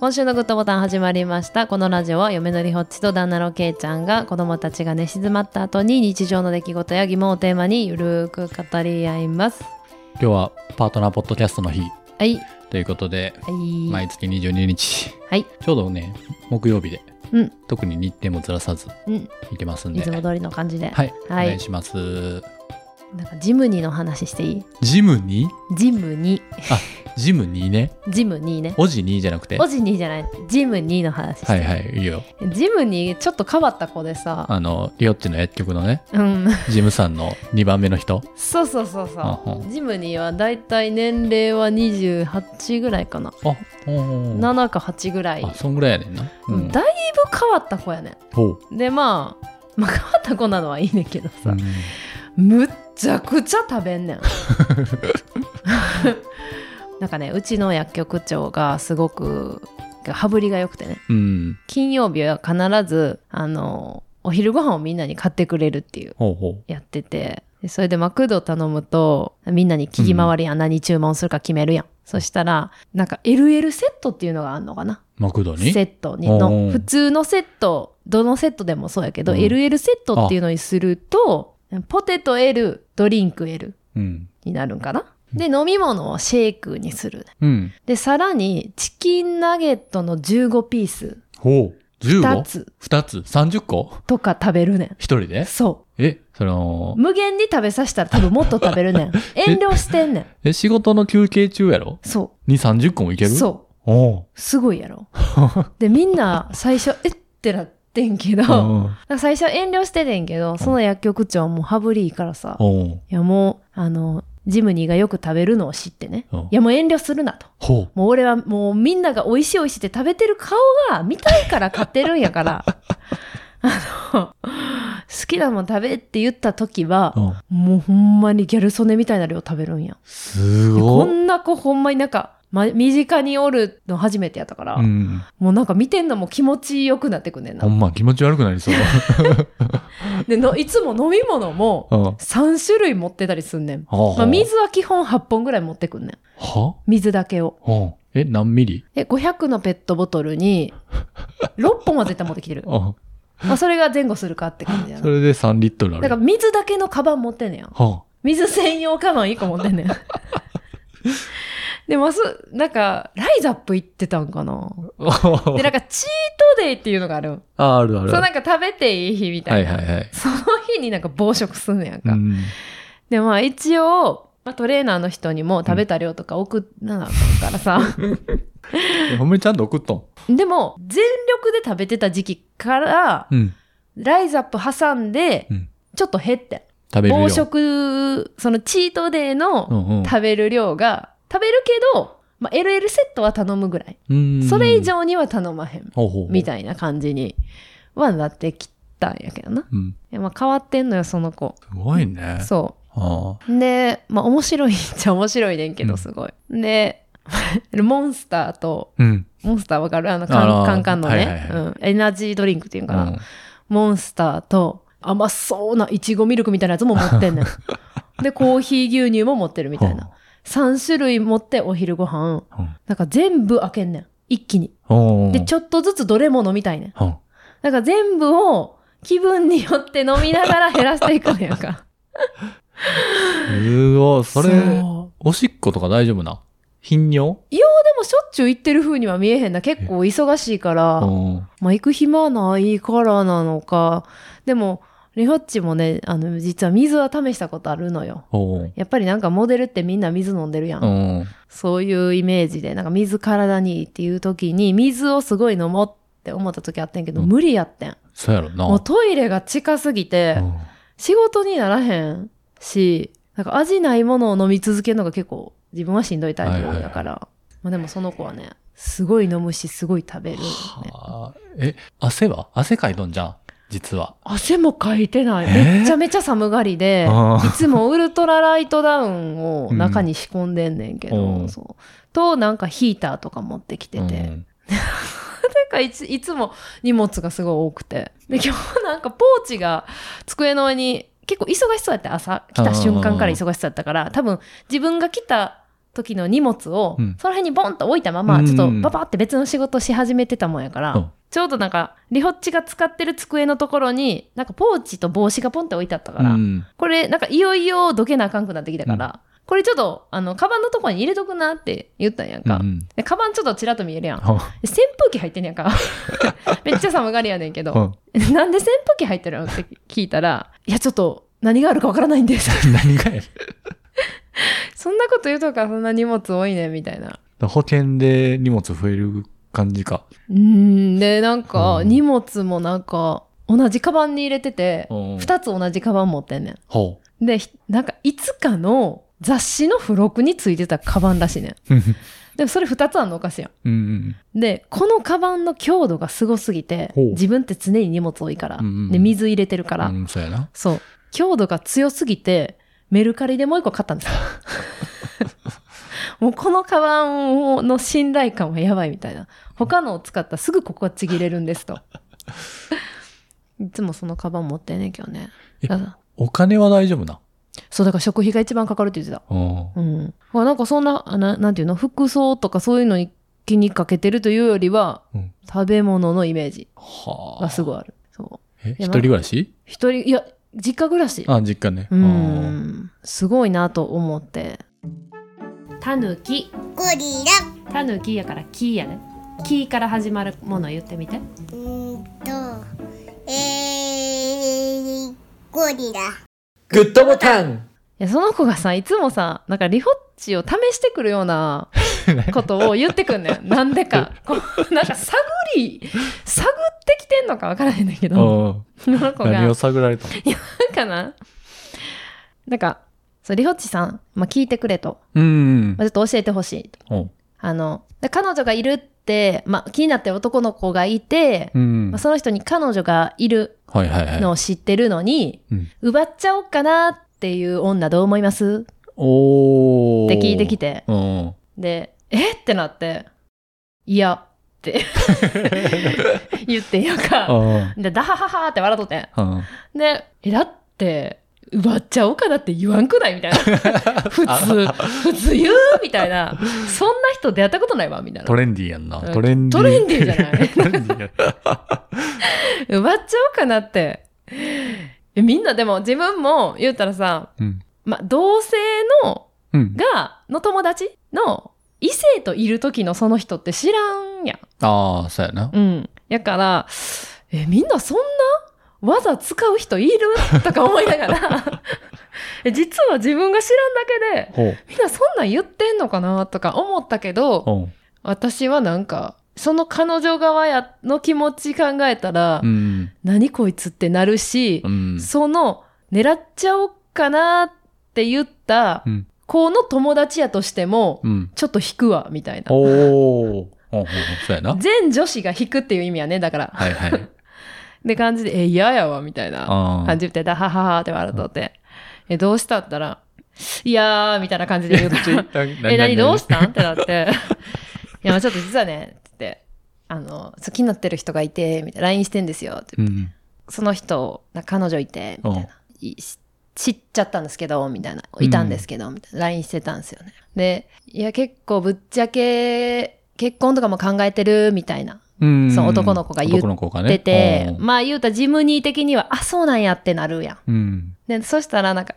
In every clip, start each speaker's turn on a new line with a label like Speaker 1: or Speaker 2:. Speaker 1: 今週のグッドボタン始まりましたこのラジオは嫁のりほっちと旦那のけいちゃんが子供たちが寝静まった後に日常の出来事や疑問をテーマにゆるく語り合います
Speaker 2: 今日はパートナーポッドキャストの日
Speaker 1: はい
Speaker 2: ということで、
Speaker 1: はい、
Speaker 2: 毎月22日、
Speaker 1: はい
Speaker 2: ちょうどね、木曜日で、
Speaker 1: うん
Speaker 2: 特に日程もずらさず
Speaker 1: うん、
Speaker 2: 行けますん
Speaker 1: い
Speaker 2: で、
Speaker 1: つも通りの感じで、
Speaker 2: はい、
Speaker 1: はい
Speaker 2: お願いします。
Speaker 1: なんかジムニーの話していい
Speaker 2: ジムに
Speaker 1: ジムニ
Speaker 2: ジムにね、
Speaker 1: ージムニーね
Speaker 2: おじにじゃなくて、
Speaker 1: オ
Speaker 2: は
Speaker 1: ジニーじゃないジムニーの話して、
Speaker 2: いはい、いいよ。
Speaker 1: ジムニーちょっと変わった子でさ
Speaker 2: あの、リオッチの薬局のね、
Speaker 1: うん
Speaker 2: ジムさ んの2番目の人。
Speaker 1: そうそうそうそ
Speaker 2: うんう
Speaker 1: うジムニーはだいたい年齢は28ぐらいかな
Speaker 2: あ、おー
Speaker 1: 7か8ぐらい、
Speaker 2: あ、そんぐらいやねんな。
Speaker 1: うんだいぶ変わった子やね
Speaker 2: ほう。
Speaker 1: んでまあまあ変わった子なのはいいねんけど
Speaker 2: う
Speaker 1: さ
Speaker 2: ん、
Speaker 1: むっちゃくちゃ食べん ねんなんかねうちの薬局長がすごく羽振りが良くてね
Speaker 2: うん、
Speaker 1: 金曜日は必ずあのお昼ご飯をみんなに買ってくれるっていう
Speaker 2: ほうほう。
Speaker 1: やっててでそれでマクド頼むとみんなに聞き回りや、ん、何注文するか決めるやんそしたらなんか LL セットっていうのがあるのかな
Speaker 2: マクドに
Speaker 1: セットに
Speaker 2: お
Speaker 1: の
Speaker 2: ー
Speaker 1: 普通のセットどのセットでもそうやけど、
Speaker 2: うん
Speaker 1: LL セットっていうのにするとポテト L ドリンク L
Speaker 2: うん。
Speaker 1: になるんかな
Speaker 2: うん
Speaker 1: で飲み物をシェイクにする
Speaker 2: うん。
Speaker 1: でさらにチキンナゲットの15ピース
Speaker 2: ほう。
Speaker 1: 2
Speaker 2: 15?2
Speaker 1: つ
Speaker 2: つ ?30 個
Speaker 1: とか食べるねん
Speaker 2: 一人で
Speaker 1: そ
Speaker 2: えその
Speaker 1: う無限に食べさせたら多分もっと食べる ねん遠慮してんねん
Speaker 2: え仕事の休憩中やろ
Speaker 1: そう
Speaker 2: に30個もいけるう
Speaker 1: そ
Speaker 2: お う
Speaker 1: う。すごいやろ。で、みんな最初、えってなってんけど、なん
Speaker 2: おう
Speaker 1: か最初遠慮しててんけど、その薬局長はもう羽振りいいからさ、い
Speaker 2: おう
Speaker 1: やもう、あの、ジムニーがよく食べるのを知ってね、
Speaker 2: うん
Speaker 1: いやもう遠慮するなと。
Speaker 2: ほう
Speaker 1: もう俺はもうみんなが美味しい美味しいって食べてる顔が見たいから買ってるんや から、あの、好きなもん食べって言った時は、
Speaker 2: うん
Speaker 1: もうほんまにギャル曽根みたいな量食べるんや。
Speaker 2: す
Speaker 1: いやこ
Speaker 2: ごい
Speaker 1: んな子ほんまになんか、ま、身近におるの初めてやったから、
Speaker 2: うん
Speaker 1: もうなんか見てんのも気持ちよくなってくんねんな
Speaker 2: ほ。んま気持ち悪くなりそう
Speaker 1: でのいつも飲み物も
Speaker 2: うん
Speaker 1: 3種類持ってたりすんねん。
Speaker 2: は
Speaker 1: まあ、水は基本8本ぐらい持ってくんねん。
Speaker 2: は
Speaker 1: 水だけを。
Speaker 2: うんえ何ミリ
Speaker 1: え、500のペットボトルに6本は絶対持ってきて る。
Speaker 2: あ
Speaker 1: まあ、それが前後するかって感じや
Speaker 2: そ
Speaker 1: な。
Speaker 2: れで3リットルあ
Speaker 1: だ
Speaker 2: る
Speaker 1: から水だけのカバン持ってんねん。
Speaker 2: は
Speaker 1: 水専用カバン1個持ってんね ん。で、ます、なんか、ライザップ行ってたんかな で、なんか、チートデイっていうのがあるん。
Speaker 2: ああるある
Speaker 1: そう、
Speaker 2: は
Speaker 1: なんか食べていい日みたい
Speaker 2: い
Speaker 1: な。
Speaker 2: はいはい
Speaker 1: その日になんか暴食すんねやん
Speaker 2: う
Speaker 1: か。
Speaker 2: ん
Speaker 1: で、まあ一応、まあ、トレーナーの人にも食べた量とか送らなあかんから さ。
Speaker 2: えほんまにちゃんと送っとん
Speaker 1: でも、全力で食べてた時期から、
Speaker 2: うん
Speaker 1: ライズアップ挟んで
Speaker 2: うん、
Speaker 1: ちょっと減って。
Speaker 2: 食べるよ
Speaker 1: 暴食、そのチートデイ
Speaker 2: う
Speaker 1: の
Speaker 2: ん
Speaker 1: 食べる量が、食べるけど、まあ、LL セットは頼むぐらい。
Speaker 2: うんうん
Speaker 1: それ以上には頼まへん。
Speaker 2: ほうほうほう
Speaker 1: みたいな感じにはなってきたんやけどな。
Speaker 2: うん
Speaker 1: いやまあ変わってんのよ、その子。
Speaker 2: すごいね
Speaker 1: そ
Speaker 2: あ
Speaker 1: う。で、まあ面白いっちゃ面白いねんけ
Speaker 2: う
Speaker 1: ど、
Speaker 2: ん
Speaker 1: すごい。で、 モンスターと、
Speaker 2: ーうん
Speaker 1: モンスターわかるあのカ
Speaker 2: あ
Speaker 1: ン、
Speaker 2: ー
Speaker 1: カンカンの
Speaker 2: はいはい
Speaker 1: ね、
Speaker 2: はい
Speaker 1: うん、エナジードリンクっていう
Speaker 2: う
Speaker 1: のかな、
Speaker 2: ん
Speaker 1: モンスターと甘そうないちごミルクみたいなやつも持って んねん。で、コーヒー牛乳も持ってるみたいな。3種類持ってお昼ご飯
Speaker 2: うん
Speaker 1: なんか全部開けんねん。一気に。
Speaker 2: ほう
Speaker 1: で、ちょっとずつどれも飲みたいねん。
Speaker 2: ほう
Speaker 1: なんか全部を気分によって飲みながら減らしていくのやんか。
Speaker 2: すごい。 それ、
Speaker 1: そう
Speaker 2: おしっことか大丈夫な頻尿
Speaker 1: でもしょっちゅう行ってる風には見えへんな。結構忙しいから、
Speaker 2: うん。
Speaker 1: まあ行く暇ないからなのか。でも、リホッチもね、あの、実は水は試したことあるのよ。
Speaker 2: うん。
Speaker 1: やっぱりなんかモデルってみんな水飲んでるやん。
Speaker 2: うん。
Speaker 1: そういうイメージで、なんか水体にいいっていう時に、水をすごい飲もうって思った時あってんけど、
Speaker 2: うん
Speaker 1: 無理やってん。
Speaker 2: そうやろな。
Speaker 1: もうトイレが近すぎて、
Speaker 2: うん
Speaker 1: 仕事にならへんし、なんか味ないものを飲み続けるのが結構自分はしんどいタイプだから、まあでもその子はね、すごい飲むし、すごい食べる、ね。
Speaker 2: はあえ、汗は汗かいとんじゃん実は。
Speaker 1: 汗もかいてない。
Speaker 2: えー
Speaker 1: めちゃめちゃ寒がりで、
Speaker 2: あ
Speaker 1: いつもウルトラライトダウンを中に仕込んでんねんけど、
Speaker 2: うん
Speaker 1: そう。と、なんかヒーターとか持ってきてて、なんかいついつも荷物がすごい多くて。で、今日なんかポーチが机の上に結構忙しそうやって朝、来た瞬間から忙しそうやったから、多分自分が来た時の荷物を、
Speaker 2: うん
Speaker 1: その辺にボンと置いたまま、
Speaker 2: うん
Speaker 1: ちょっとババって別の仕事し始めてたもんやから、
Speaker 2: うん
Speaker 1: ちょうどなんか、リホッチが使ってる机のところに、なんかポーチと帽子がポンって置いてあったから、
Speaker 2: うん
Speaker 1: これなんかいよいよどけなあかんくなってきたから、これちょっと、あの、カバンのとこに入れとくなって言ったんやんか。
Speaker 2: うん
Speaker 1: で、カバンちょっとちらっと見えるやん。
Speaker 2: ほう
Speaker 1: で扇風機入ってんねや んか。めっちゃ寒がりやねんけ
Speaker 2: ほ
Speaker 1: ど。
Speaker 2: う
Speaker 1: なんで扇風機入ってるのって聞いたら、いや、ちょっと何があるかわからないんです。
Speaker 2: 何がや
Speaker 1: そんなこと言うとか、そんな荷物多いね、みたいな。
Speaker 2: 保険で荷物増える感じか。
Speaker 1: うーん、で、なんか、
Speaker 2: うん
Speaker 1: 荷物もなんか、同じカバンに入れてて、
Speaker 2: うん
Speaker 1: 二つ同じカバン持ってんね
Speaker 2: ほ
Speaker 1: ん。で、ひなんか、いつかの雑誌の付録についてたカバンらしいねん。
Speaker 2: う。うん
Speaker 1: でも、それ二つあんのおかしいやん。
Speaker 2: うん
Speaker 1: で、このカバンの強度がすごすぎて、
Speaker 2: ほう
Speaker 1: 自分って常に荷物多いから、
Speaker 2: うんうんうん
Speaker 1: で、水入れてるか
Speaker 2: う
Speaker 1: ら、
Speaker 2: ん。うん、そうやな。
Speaker 1: そう。強度が強すぎて、メルカリでもう一個買ったんです よ。もうこのカバンの信頼感はやばいみたいな。他のを使ったらすぐここはちぎれるん ですと。いつもそのカバン持ってんねんけどね。
Speaker 2: え
Speaker 1: だから
Speaker 2: お金は大丈夫な。
Speaker 1: そう、だから食費が一番かかるって言ってた。
Speaker 2: うん。
Speaker 1: うん。だからなんかそんな、あななんていうの、服装とかそういうのに気にかけてるというよりは、
Speaker 2: うん
Speaker 1: 食べ物のイメージ
Speaker 2: はあ。
Speaker 1: がすごいある。そう。
Speaker 2: え、一人暮らし
Speaker 1: 一人、いや、実家暮らし。
Speaker 2: あ、実家ね。
Speaker 1: う
Speaker 2: あー
Speaker 1: ん、すごいなと思って。タヌキ、
Speaker 3: ゴリラ。
Speaker 1: タヌキやからキーやね。キーから始まるもの言ってみて。
Speaker 3: うーんと、えー、ゴリラ。
Speaker 4: グッドボタン
Speaker 1: いや、その子がさ、いつもさ、なんかリホッチを試してくるようなことを言ってくんねん。なんでか。こうなんか探り、探ってきてんのかわからへんねんけど、
Speaker 2: うん
Speaker 1: その子が。
Speaker 2: 何を探られた
Speaker 1: かななんか、そう、リホッチさん、まあ、聞いてくれと。
Speaker 2: うんうん
Speaker 1: まあ、ちょっと教えてほしいと。
Speaker 2: うん。
Speaker 1: あの、で彼女がいるって、まあ、気になってる男の子がいて、
Speaker 2: うん
Speaker 1: まあ、。その人に彼女がいる
Speaker 2: はいはいはい。
Speaker 1: のを知ってるのに、
Speaker 2: うん
Speaker 1: 奪っちゃおうかなっていう女どう思います
Speaker 2: お
Speaker 1: っ
Speaker 2: ー。
Speaker 1: て聞いてきて、
Speaker 2: うん。
Speaker 1: で、えってなって、いやって 言ってんやんか。
Speaker 2: あ
Speaker 1: で、ダハハハって笑っとってん。
Speaker 2: あ。うん
Speaker 1: で、え、だって、奪っちゃおうかなって言わんくないみ たいな。普通、普通言うみたいな。そんな人出会ったことないわみたいな
Speaker 2: ト。レンディーやんな。
Speaker 1: うん
Speaker 2: トレンディー。
Speaker 1: トレンディーじゃない
Speaker 2: トレンディーや
Speaker 1: 奪っちゃおうかなって。えみんなでも自分も言ったらさ、
Speaker 2: うん。
Speaker 1: まあ、同性の、
Speaker 2: うん。
Speaker 1: が、の友達の異性といる時のその人って知らんや
Speaker 2: ああ、そうやな。
Speaker 1: ん。うん。やから、え、みんなそんな技使う人いるとか思いなが ら、え実は自分が知らんだけで、
Speaker 2: ほう。
Speaker 1: みんなそんなん言ってんのかなとか思ったけど、
Speaker 2: ほ
Speaker 1: 私はなんか、その彼女側やの気持ち考えたら、
Speaker 2: う。うん。
Speaker 1: 何こいつってなるし、
Speaker 2: うん。
Speaker 1: その狙っちゃおうかなって言った
Speaker 2: うん
Speaker 1: 子の友達やとしても、
Speaker 2: うん。
Speaker 1: ちょっと引くわ、みたいな。
Speaker 2: おお。ほうほうほうそうやな。
Speaker 1: 全女子が引くっていう意味やね、だから。
Speaker 2: はい はい。
Speaker 1: って感じで、え、嫌やわ、みたいな
Speaker 2: ああ
Speaker 1: 感。じで、だはははって笑っとって。え、どうしたったら、いやー、みたいな感じで 言うから。え、何どうしたんってなって。いや、まあちょっと実はね、つって、あの、好きになってる人がいて、みたいな、LINE してんですよ、って
Speaker 2: う。ん。
Speaker 1: その人、な彼女いて、みたい
Speaker 2: うん
Speaker 1: な。いし知っちゃったんですけど、みたいな。いたんですけど、みたいな。LINE してたんですよね。で、いや、結構ぶっちゃけ、結婚とかも考えてる、みたいな。
Speaker 2: うん。
Speaker 1: そう男の子が言って
Speaker 2: 男の子がね
Speaker 1: 出て、
Speaker 2: うん
Speaker 1: まあ言うたらジムニー的には、あ、そうなんやってなるやん。
Speaker 2: うん。
Speaker 1: で、そしたらなんか、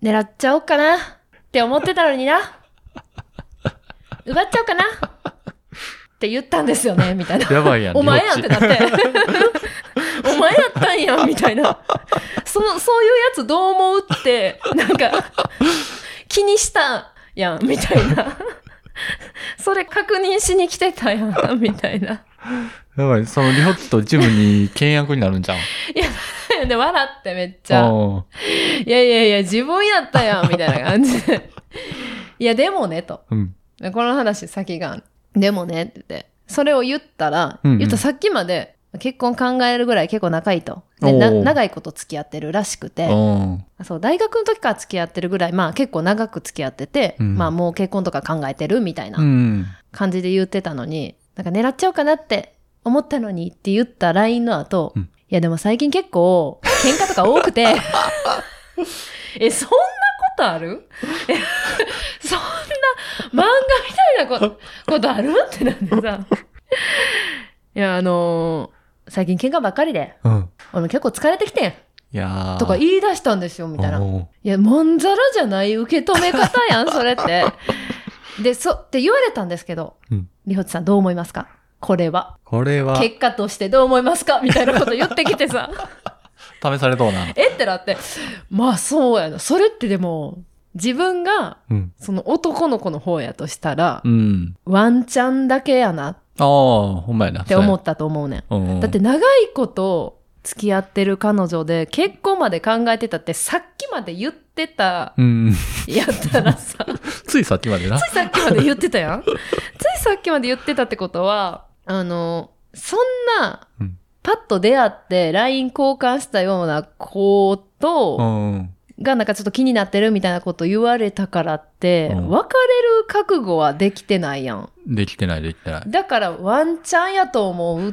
Speaker 1: 狙っちゃおうかなって思ってたのにな。奪っちゃおうかなって言ったんですよね、みたいな。
Speaker 2: やばいやん。
Speaker 1: お前やんってなって。お前やったんやん、みたいな。その、そういうやつどう思うって、なんか、気にしたやん、みたいな。それ確認しに来てたやん、みたいな。
Speaker 2: やばい、そのリホッチとジムに倹約になるんじゃん。
Speaker 1: で、笑ってめっちゃ。いやいやいや、自分やったやん、みたいな感じで。いや、でもね、と。
Speaker 2: うん。うん。
Speaker 1: この話先がある。でもね、って言って。それを言ったら、
Speaker 2: うんうん
Speaker 1: 言ったさっきまで、結婚考えるぐらい結構仲いいと。で、な
Speaker 2: おー
Speaker 1: 長いこと付き合ってるらしくて。
Speaker 2: うん。
Speaker 1: そう、大学の時から付き合ってるぐらい、まあ結構長く付き合ってて、
Speaker 2: うん
Speaker 1: まあもう結婚とか考えてるみたいな
Speaker 2: うん。
Speaker 1: 感じで言ってたのに、なんか狙っちゃおうかなって思ったのにって言った LINE の後、
Speaker 2: うん
Speaker 1: い やでも最近結構喧嘩とか多くて、え、そんなことある えそんな漫画みたいなこことあるってなってさ。いや、あのー最近喧嘩ばっかりで、
Speaker 2: うん。
Speaker 1: 俺も結構疲れてきてん
Speaker 2: いやー
Speaker 1: とか言い出したんですよ、みたいな。
Speaker 2: おー
Speaker 1: いや、もんざらじゃない受け止め方やん、それって。で、そ、って言われたんですけど、
Speaker 2: うん
Speaker 1: りほちさんどう思いますかこれは。
Speaker 2: これは、
Speaker 1: 結果としてどう思いますかみたいなこと言ってきてさ、
Speaker 2: 試されそうな。
Speaker 1: えってなって、まあそうやな。それってでも、自分が、
Speaker 2: うん。
Speaker 1: その男の子の方やとしたら
Speaker 2: う、ん。
Speaker 1: ワンチャンだけやなっ
Speaker 2: ああ、ほんまやな。
Speaker 1: て思ったと思うねん。
Speaker 2: そうや。うんうん
Speaker 1: だって、長いこと付き合ってる彼女で結婚まで考えてたってさっきまで言ってた
Speaker 2: うん。
Speaker 1: やったらさ
Speaker 2: ついさっきまでな。
Speaker 1: ついさっきまで言ってた やんついさっきまで言ってたってことはあのそんな
Speaker 2: うん
Speaker 1: パッと出会って LINE 交換したような子
Speaker 2: う
Speaker 1: と
Speaker 2: ん。
Speaker 1: がなんかちょっと気になってるみたいなこと言われたからって別
Speaker 2: う
Speaker 1: れ
Speaker 2: ん
Speaker 1: る覚悟はできてないやん
Speaker 2: できてない、できてない。
Speaker 1: だからワンチャンやと思うっ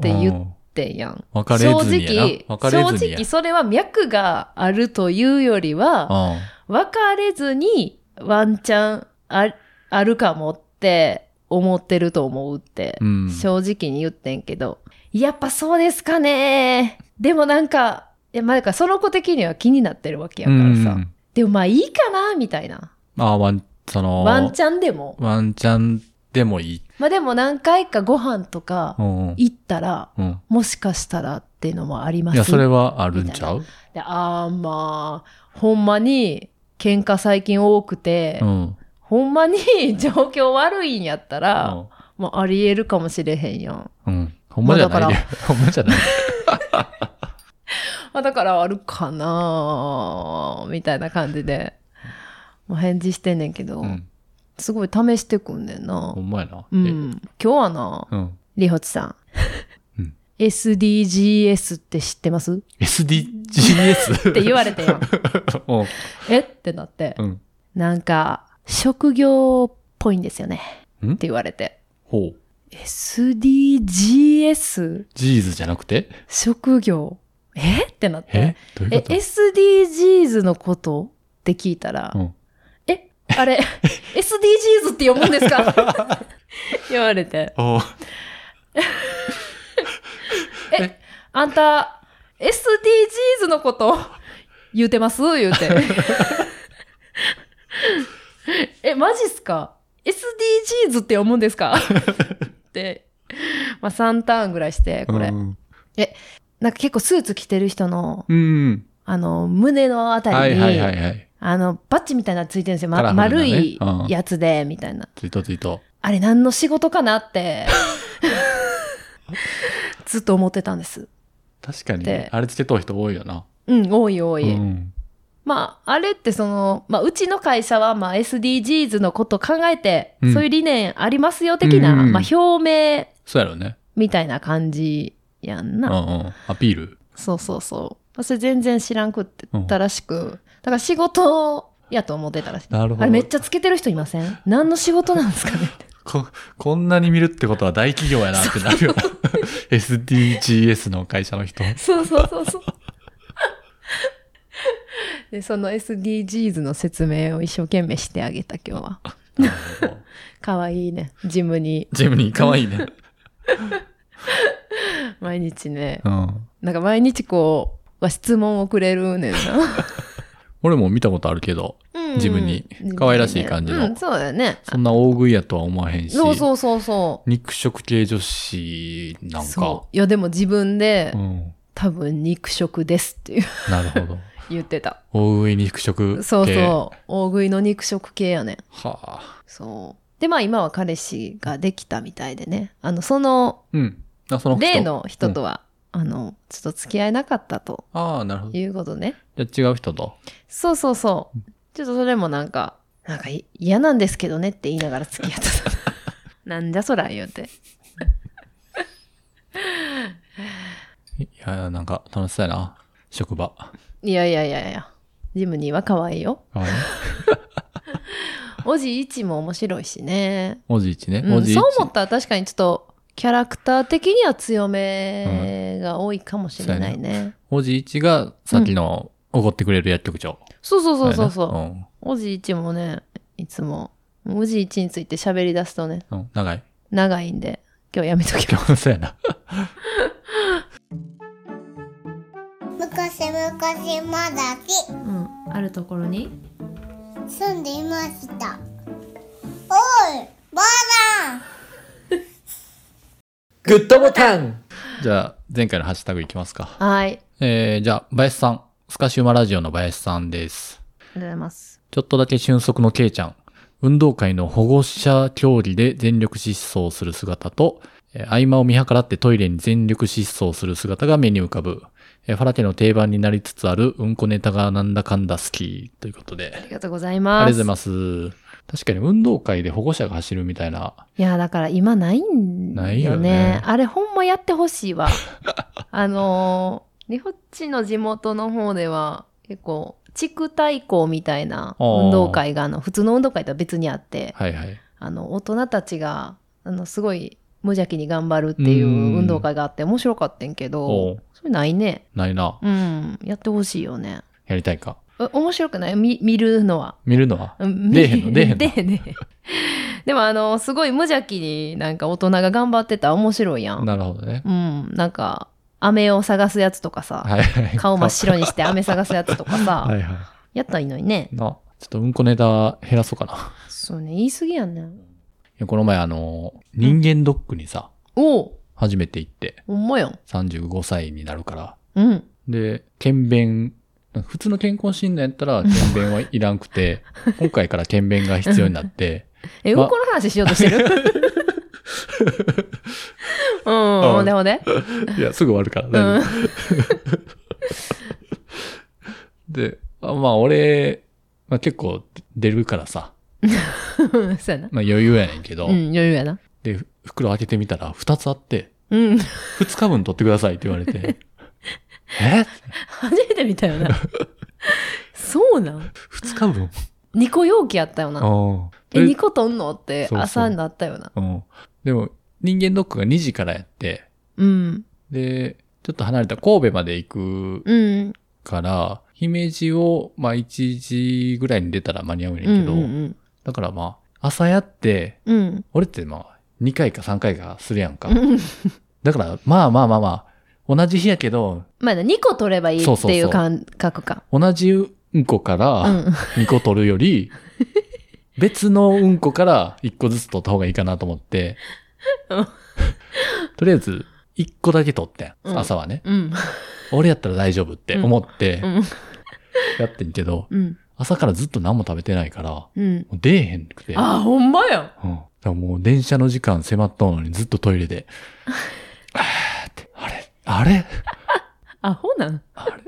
Speaker 1: て言っ
Speaker 2: うん
Speaker 1: てんやん
Speaker 2: 別れずにやな。別
Speaker 1: 正
Speaker 2: れ
Speaker 1: 直、
Speaker 2: ず
Speaker 1: 正
Speaker 2: にや。
Speaker 1: 直それは脈があるというよりは、別れずにワンチャンああるかもって思ってると思うって
Speaker 2: う、ん。うん。
Speaker 1: 正直に言ってんけど、やっぱそうですかねでもなんか、いやまあだからその子的には気になってるわけやからさ。
Speaker 2: うん
Speaker 1: でもまあいいかなみたいな。
Speaker 2: ああ、ワン、その、
Speaker 1: ワンチャンでも。
Speaker 2: ワンチャンでもいい。
Speaker 1: まあでも何回かご飯とか
Speaker 2: うんうん。
Speaker 1: 行ったら、
Speaker 2: うん。
Speaker 1: もしかしたらっていうのもあります
Speaker 2: いや、それはあるんちゃう
Speaker 1: で、あーまあ、ほんまに喧嘩最近多くて、
Speaker 2: うん。
Speaker 1: ほんまに状況悪いんやったら、まあありえるかもしれへんやん。
Speaker 2: うん。うんほんまじゃない
Speaker 1: まあ
Speaker 2: で。 ほんまじゃない。
Speaker 1: まあだからあるかなーみたいな感じで、まあ、返事してんねんけど、
Speaker 2: うん。
Speaker 1: すごい試してくんねんな
Speaker 2: ほ。んまやな。
Speaker 1: う
Speaker 2: え
Speaker 1: ん。今日はな、
Speaker 2: うん。
Speaker 1: りほちさん。
Speaker 2: うん
Speaker 1: SDGs って知ってますっ
Speaker 2: SDGs?
Speaker 1: て 言われてやん。
Speaker 2: うん
Speaker 1: えってなって、
Speaker 2: うん。
Speaker 1: なんか、職業っぽいんですよね。
Speaker 2: ん
Speaker 1: って言われて。
Speaker 2: ほう。
Speaker 1: SDGs?
Speaker 2: ジーズじゃなくて
Speaker 1: 職業えってなっ
Speaker 2: え
Speaker 1: て。
Speaker 2: どうい
Speaker 1: え、
Speaker 2: うこと
Speaker 1: SDGs のことって聞いたら、
Speaker 2: うん
Speaker 1: え、あ れ、SDGs って読むんですか言われて。
Speaker 2: おう
Speaker 1: あんた、SDGs のこと言うてます言う て。え、マジっすか ?SDGs って読むんですかって、まあ3ターンぐらいして、これ。
Speaker 2: うん
Speaker 1: なんか結構スーツ着てる人の、
Speaker 2: うん。
Speaker 1: あの、胸のあた
Speaker 2: は
Speaker 1: り
Speaker 2: い
Speaker 1: に、
Speaker 2: はいはいはい。
Speaker 1: あの、バッチみたいなのついてるんですよ。ま
Speaker 2: カラフルな
Speaker 1: 丸
Speaker 2: ね
Speaker 1: い
Speaker 2: うん
Speaker 1: やつで、みたいな。
Speaker 2: ツイートツイート。
Speaker 1: あれ何の仕事かな って、ずっと思ってたんです。
Speaker 2: 確かに、
Speaker 1: で
Speaker 2: あれつけとう人多いよな。
Speaker 1: うん、多い多
Speaker 2: う
Speaker 1: い。
Speaker 2: ん。
Speaker 1: まあ、あれってその、まあ、うちの会社は、まあ、SDGs のこと考えて、
Speaker 2: うん
Speaker 1: そういう理念ありますよ的な、
Speaker 2: うんうん
Speaker 1: まあ、表明
Speaker 2: そうやろね。
Speaker 1: みたいな感じやん
Speaker 2: うんう
Speaker 1: な。
Speaker 2: ん。アピール。
Speaker 1: そうそうそう。まあそれ全然知らんくってたらしく、だから仕事やと思ってたらしい。
Speaker 2: なる
Speaker 1: あれめっちゃつけてる人いません何の仕事なんですかね
Speaker 2: こ、こんなに見るってことは大企業やなってなるよ な。SDGs の会社の人。
Speaker 1: そうそうそうそう。 で、その SDGs の説明を一生懸命してあげた今日は。かわいいね。ジムに
Speaker 2: ジムニーかわいいね。
Speaker 1: 毎日ね、
Speaker 2: うん。
Speaker 1: なんか毎日こう、は質問をくれるねんな。
Speaker 2: 俺も見たことあるけど、
Speaker 1: うん
Speaker 2: ジムに可愛らしい感じの
Speaker 1: うん、そうだよね。
Speaker 2: そんな大食いやとは思わへんし。
Speaker 1: そうそうそうそ
Speaker 2: 肉食系女子
Speaker 1: う。
Speaker 2: なんか
Speaker 1: そ。ういや、でも自分で、
Speaker 2: うん。
Speaker 1: 多分肉食ですっていう
Speaker 2: なるほど。
Speaker 1: 言ってた。
Speaker 2: 大食い肉食系。
Speaker 1: そう
Speaker 2: は
Speaker 1: そう。大食いの肉食系やねん。
Speaker 2: あ。
Speaker 1: そう。で、まあ今は彼氏ができたみたいでね。あの、その、
Speaker 2: うん。あ、その人
Speaker 1: 例。の人とは、あの、ちょっと付き合えなかったと
Speaker 2: ああ、なるほど。
Speaker 1: いうことね。
Speaker 2: じゃあ違う人と。
Speaker 1: そうそうそう。ちょっとそれもなんか、なんかい嫌なんですけどねって言いながら付き合ってた。 なんじゃそら言うて。
Speaker 2: いや、なんか楽しそうやな。職場。
Speaker 1: いやいやいやいや。ジムニーは可愛いよ。
Speaker 2: あね
Speaker 1: オジイチも面白いしね。
Speaker 2: おじいちね。
Speaker 1: う
Speaker 2: お
Speaker 1: ん、
Speaker 2: じいち。
Speaker 1: そう思ったら確かにちょっと、キャラクター的には強めが多いかもしれないね。
Speaker 2: おじいちが、さっきの、おごってくれる薬局長。
Speaker 1: そうそうそうそうそう。
Speaker 2: あれな
Speaker 1: おじいちもね、いつも、おじいちについて喋り出すとね、
Speaker 2: うん。うん。長い。
Speaker 1: 長いんで、今日やめとき ま
Speaker 2: 今日そうやな。
Speaker 3: 昔昔まだ
Speaker 1: す。うん。あるところに
Speaker 3: 住んでいましたおいばあ
Speaker 4: グッドボタン
Speaker 2: じゃあ、前回のハッシュタグいきますか。
Speaker 1: はい。あり
Speaker 2: えー、じゃあ、林さん。スカシウマラジオの林さんです。
Speaker 1: がとうございます。
Speaker 2: ちょっとだけ俊足のケイちゃん。運動会の保護者競技で全力疾走する姿と、えー合間を見計らってトイレに全力疾走する姿が目に浮かぶ。えーファラテの定番になりつつあるうんこネタがなんだかんだ好きということで。
Speaker 1: ありがとうございます。
Speaker 2: ありがとうございます。確かに運動会で保護者が走るみたいな。
Speaker 1: いや、だから今ないんだよね。
Speaker 2: ないよね
Speaker 1: あれ、ほんまやってほしい わ。あのー、リホッチの地元の方では、結構、地区対抗みたいな
Speaker 2: あー
Speaker 1: 運動会が、あの、普通の運動会とは別にあって、
Speaker 2: はいはい。
Speaker 1: あの、大人たちが、あの、すごい無邪気に頑張るっていう運動会があって面白かったんけ
Speaker 2: お
Speaker 1: ど
Speaker 2: う、
Speaker 1: それないね。
Speaker 2: ないな。
Speaker 1: うん、やってほしいよね。
Speaker 2: やりたいか。
Speaker 1: え面白くないみ見るのは。
Speaker 2: 見るのは
Speaker 1: うん
Speaker 2: 出えへんの出えへんの
Speaker 1: 出えね でもあのすごい無邪気になんか大人が頑張ってたら面白いやん
Speaker 2: なるほどね。
Speaker 1: うんなんか飴を探すやつとかさ、
Speaker 2: はいはい。
Speaker 1: 顔真っ白にして飴探すやつとかさ、
Speaker 2: はいはい。
Speaker 1: やったらいいのにね
Speaker 2: な、ちょっとうんこネタ減らそうかな。い
Speaker 1: そうね言い過ぎやんね
Speaker 2: やこの前あの、人間ドックにさ、
Speaker 1: おお
Speaker 2: 初めて行って、
Speaker 1: ほんまやん
Speaker 2: 35歳になるから。
Speaker 1: うん
Speaker 2: で、検便、なんか普通の健康診断やったら、検便はいらんく て、今回から検便が必要になって、
Speaker 1: え
Speaker 2: ま
Speaker 1: うんこの話しようとしてる うん
Speaker 2: ん
Speaker 1: ほんでほんで
Speaker 2: いや、すぐ終わるから、
Speaker 1: う
Speaker 2: 大
Speaker 1: ん
Speaker 2: 丈夫。 で、あまあ俺、まあ結構出るからさ、
Speaker 1: そうやな
Speaker 2: まあ余裕やねんけど、
Speaker 1: うん余裕やな
Speaker 2: で、ふ袋開けてみたら2つあって、
Speaker 1: うん
Speaker 2: 2日分取ってくださいって言われ て、え
Speaker 1: 初めて見たよ なそうなん
Speaker 2: ?2 日分
Speaker 1: 2個容器やったよな
Speaker 2: あ
Speaker 1: え、2個とんのって
Speaker 2: そうそう
Speaker 1: 朝になったよな。
Speaker 2: うん。でも、人間ドックが2時からやって、
Speaker 1: うん。
Speaker 2: で、ちょっと離れた神戸まで行く
Speaker 1: うん。
Speaker 2: から、姫路を、まあ1時ぐらいに出たら間に合うんや
Speaker 1: う
Speaker 2: け
Speaker 1: ん。
Speaker 2: ど、
Speaker 1: うん。
Speaker 2: だからまあ、朝やって、
Speaker 1: うん。
Speaker 2: 俺ってまあ、2回か3回かするやんか
Speaker 1: う。ん。
Speaker 2: だから、まあまあまあまあ、同じ日やけど、
Speaker 1: まあね、2個取ればいい
Speaker 2: そう
Speaker 1: っ
Speaker 2: そう
Speaker 1: てい
Speaker 2: そうう
Speaker 1: 感覚か。
Speaker 2: 同じうんこか
Speaker 1: う
Speaker 2: ら
Speaker 1: ん。
Speaker 2: 2個取るより、別のうんこから1個ずつ取った方がいいかなと思って
Speaker 1: うん、
Speaker 2: とりあえず1個だけ取ってん、
Speaker 1: うん
Speaker 2: 朝はね。
Speaker 1: うん。
Speaker 2: 俺やったら大丈夫って思って
Speaker 1: うん。
Speaker 2: やってんけど、
Speaker 1: うん。
Speaker 2: 朝からずっと何も食べてないから、も
Speaker 1: うん。
Speaker 2: う出えへんくて。
Speaker 1: あ、ほんまや
Speaker 2: うん。だからもう電車の時間迫ったのにずっとトイレで。 あーって、あれあれ
Speaker 1: あ、ほなん。
Speaker 2: あれ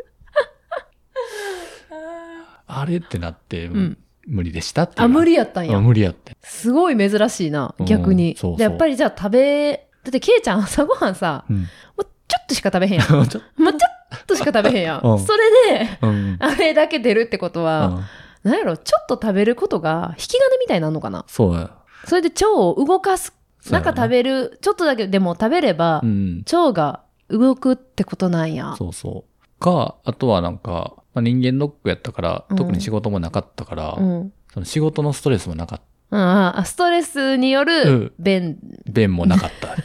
Speaker 2: あれってなって、
Speaker 1: ん
Speaker 2: 無理でしたっていう。
Speaker 1: あ、無理やったん
Speaker 2: あ
Speaker 1: や。
Speaker 2: 無理やって。
Speaker 1: すごい珍しいな
Speaker 2: う、ん
Speaker 1: 逆に
Speaker 2: そうそ。う
Speaker 1: でやっぱりじゃあ食べ、だってケイちゃん朝ごはんさ、
Speaker 2: うん。
Speaker 1: もう ちょっとしか食べへんやん。
Speaker 2: ちょっと、
Speaker 1: もうちょっとしか食べへんやん。
Speaker 2: うん
Speaker 1: それで、
Speaker 2: うん。
Speaker 1: あれだけ出るってことは、
Speaker 2: うん
Speaker 1: なんやろ、ちょっと食べることが引き金みたいになるのかな
Speaker 2: そうや。
Speaker 1: それで腸を動かす。
Speaker 2: そう
Speaker 1: な
Speaker 2: や
Speaker 1: ん
Speaker 2: な
Speaker 1: か食べる、ちょっとだけでも食べれば、
Speaker 2: うん。
Speaker 1: 腸が動くってことなんや。
Speaker 2: そうそう。か、あとはなんか、まあ、人間ドックやったから、
Speaker 1: うん
Speaker 2: 特に仕事もなかったから、
Speaker 1: うん。うん
Speaker 2: その仕事のストレスもなかっ
Speaker 1: ああ、ストレスによ
Speaker 2: うん
Speaker 1: る便、
Speaker 2: た、便もな かった。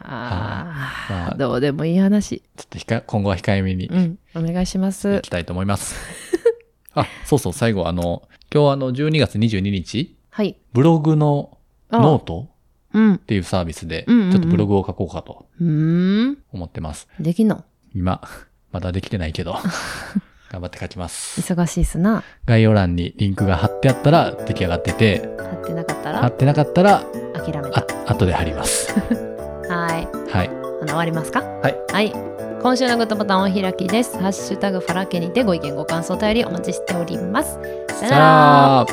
Speaker 1: ああ、
Speaker 2: まあ、ちょ
Speaker 1: どうでもいい話。
Speaker 2: っと控え今後は控えめに
Speaker 1: うん、お願いしま
Speaker 2: い
Speaker 1: す。
Speaker 2: きたいと思います。 あ、そうそう、最後、あの、今日あの、12月22日、
Speaker 1: はい。
Speaker 2: ブログの
Speaker 1: あ
Speaker 2: ノート
Speaker 1: うん
Speaker 2: っ。ていうサービスで、ち
Speaker 1: うんうんうん
Speaker 2: ょっとブログを書こうかと
Speaker 1: うーん。
Speaker 2: 思ってます。
Speaker 1: できんの
Speaker 2: 今、まだできてないけど、 頑張って書きます。
Speaker 1: 忙しいっすな。
Speaker 2: 概要欄にリンクが貼ってあったら出来上がってて、
Speaker 1: 貼ってなかった
Speaker 2: 貼
Speaker 1: ら
Speaker 2: ってなかったら、
Speaker 1: 諦め
Speaker 2: あ
Speaker 1: た。、
Speaker 2: 後で貼ります。
Speaker 1: はい。
Speaker 2: はい。
Speaker 1: あの終わりますか
Speaker 2: はい
Speaker 1: 今週のグッドボタンお開きですハッシュタグファラケにてご意見ご感想お便りお待ちしておりますさよなら
Speaker 2: あ。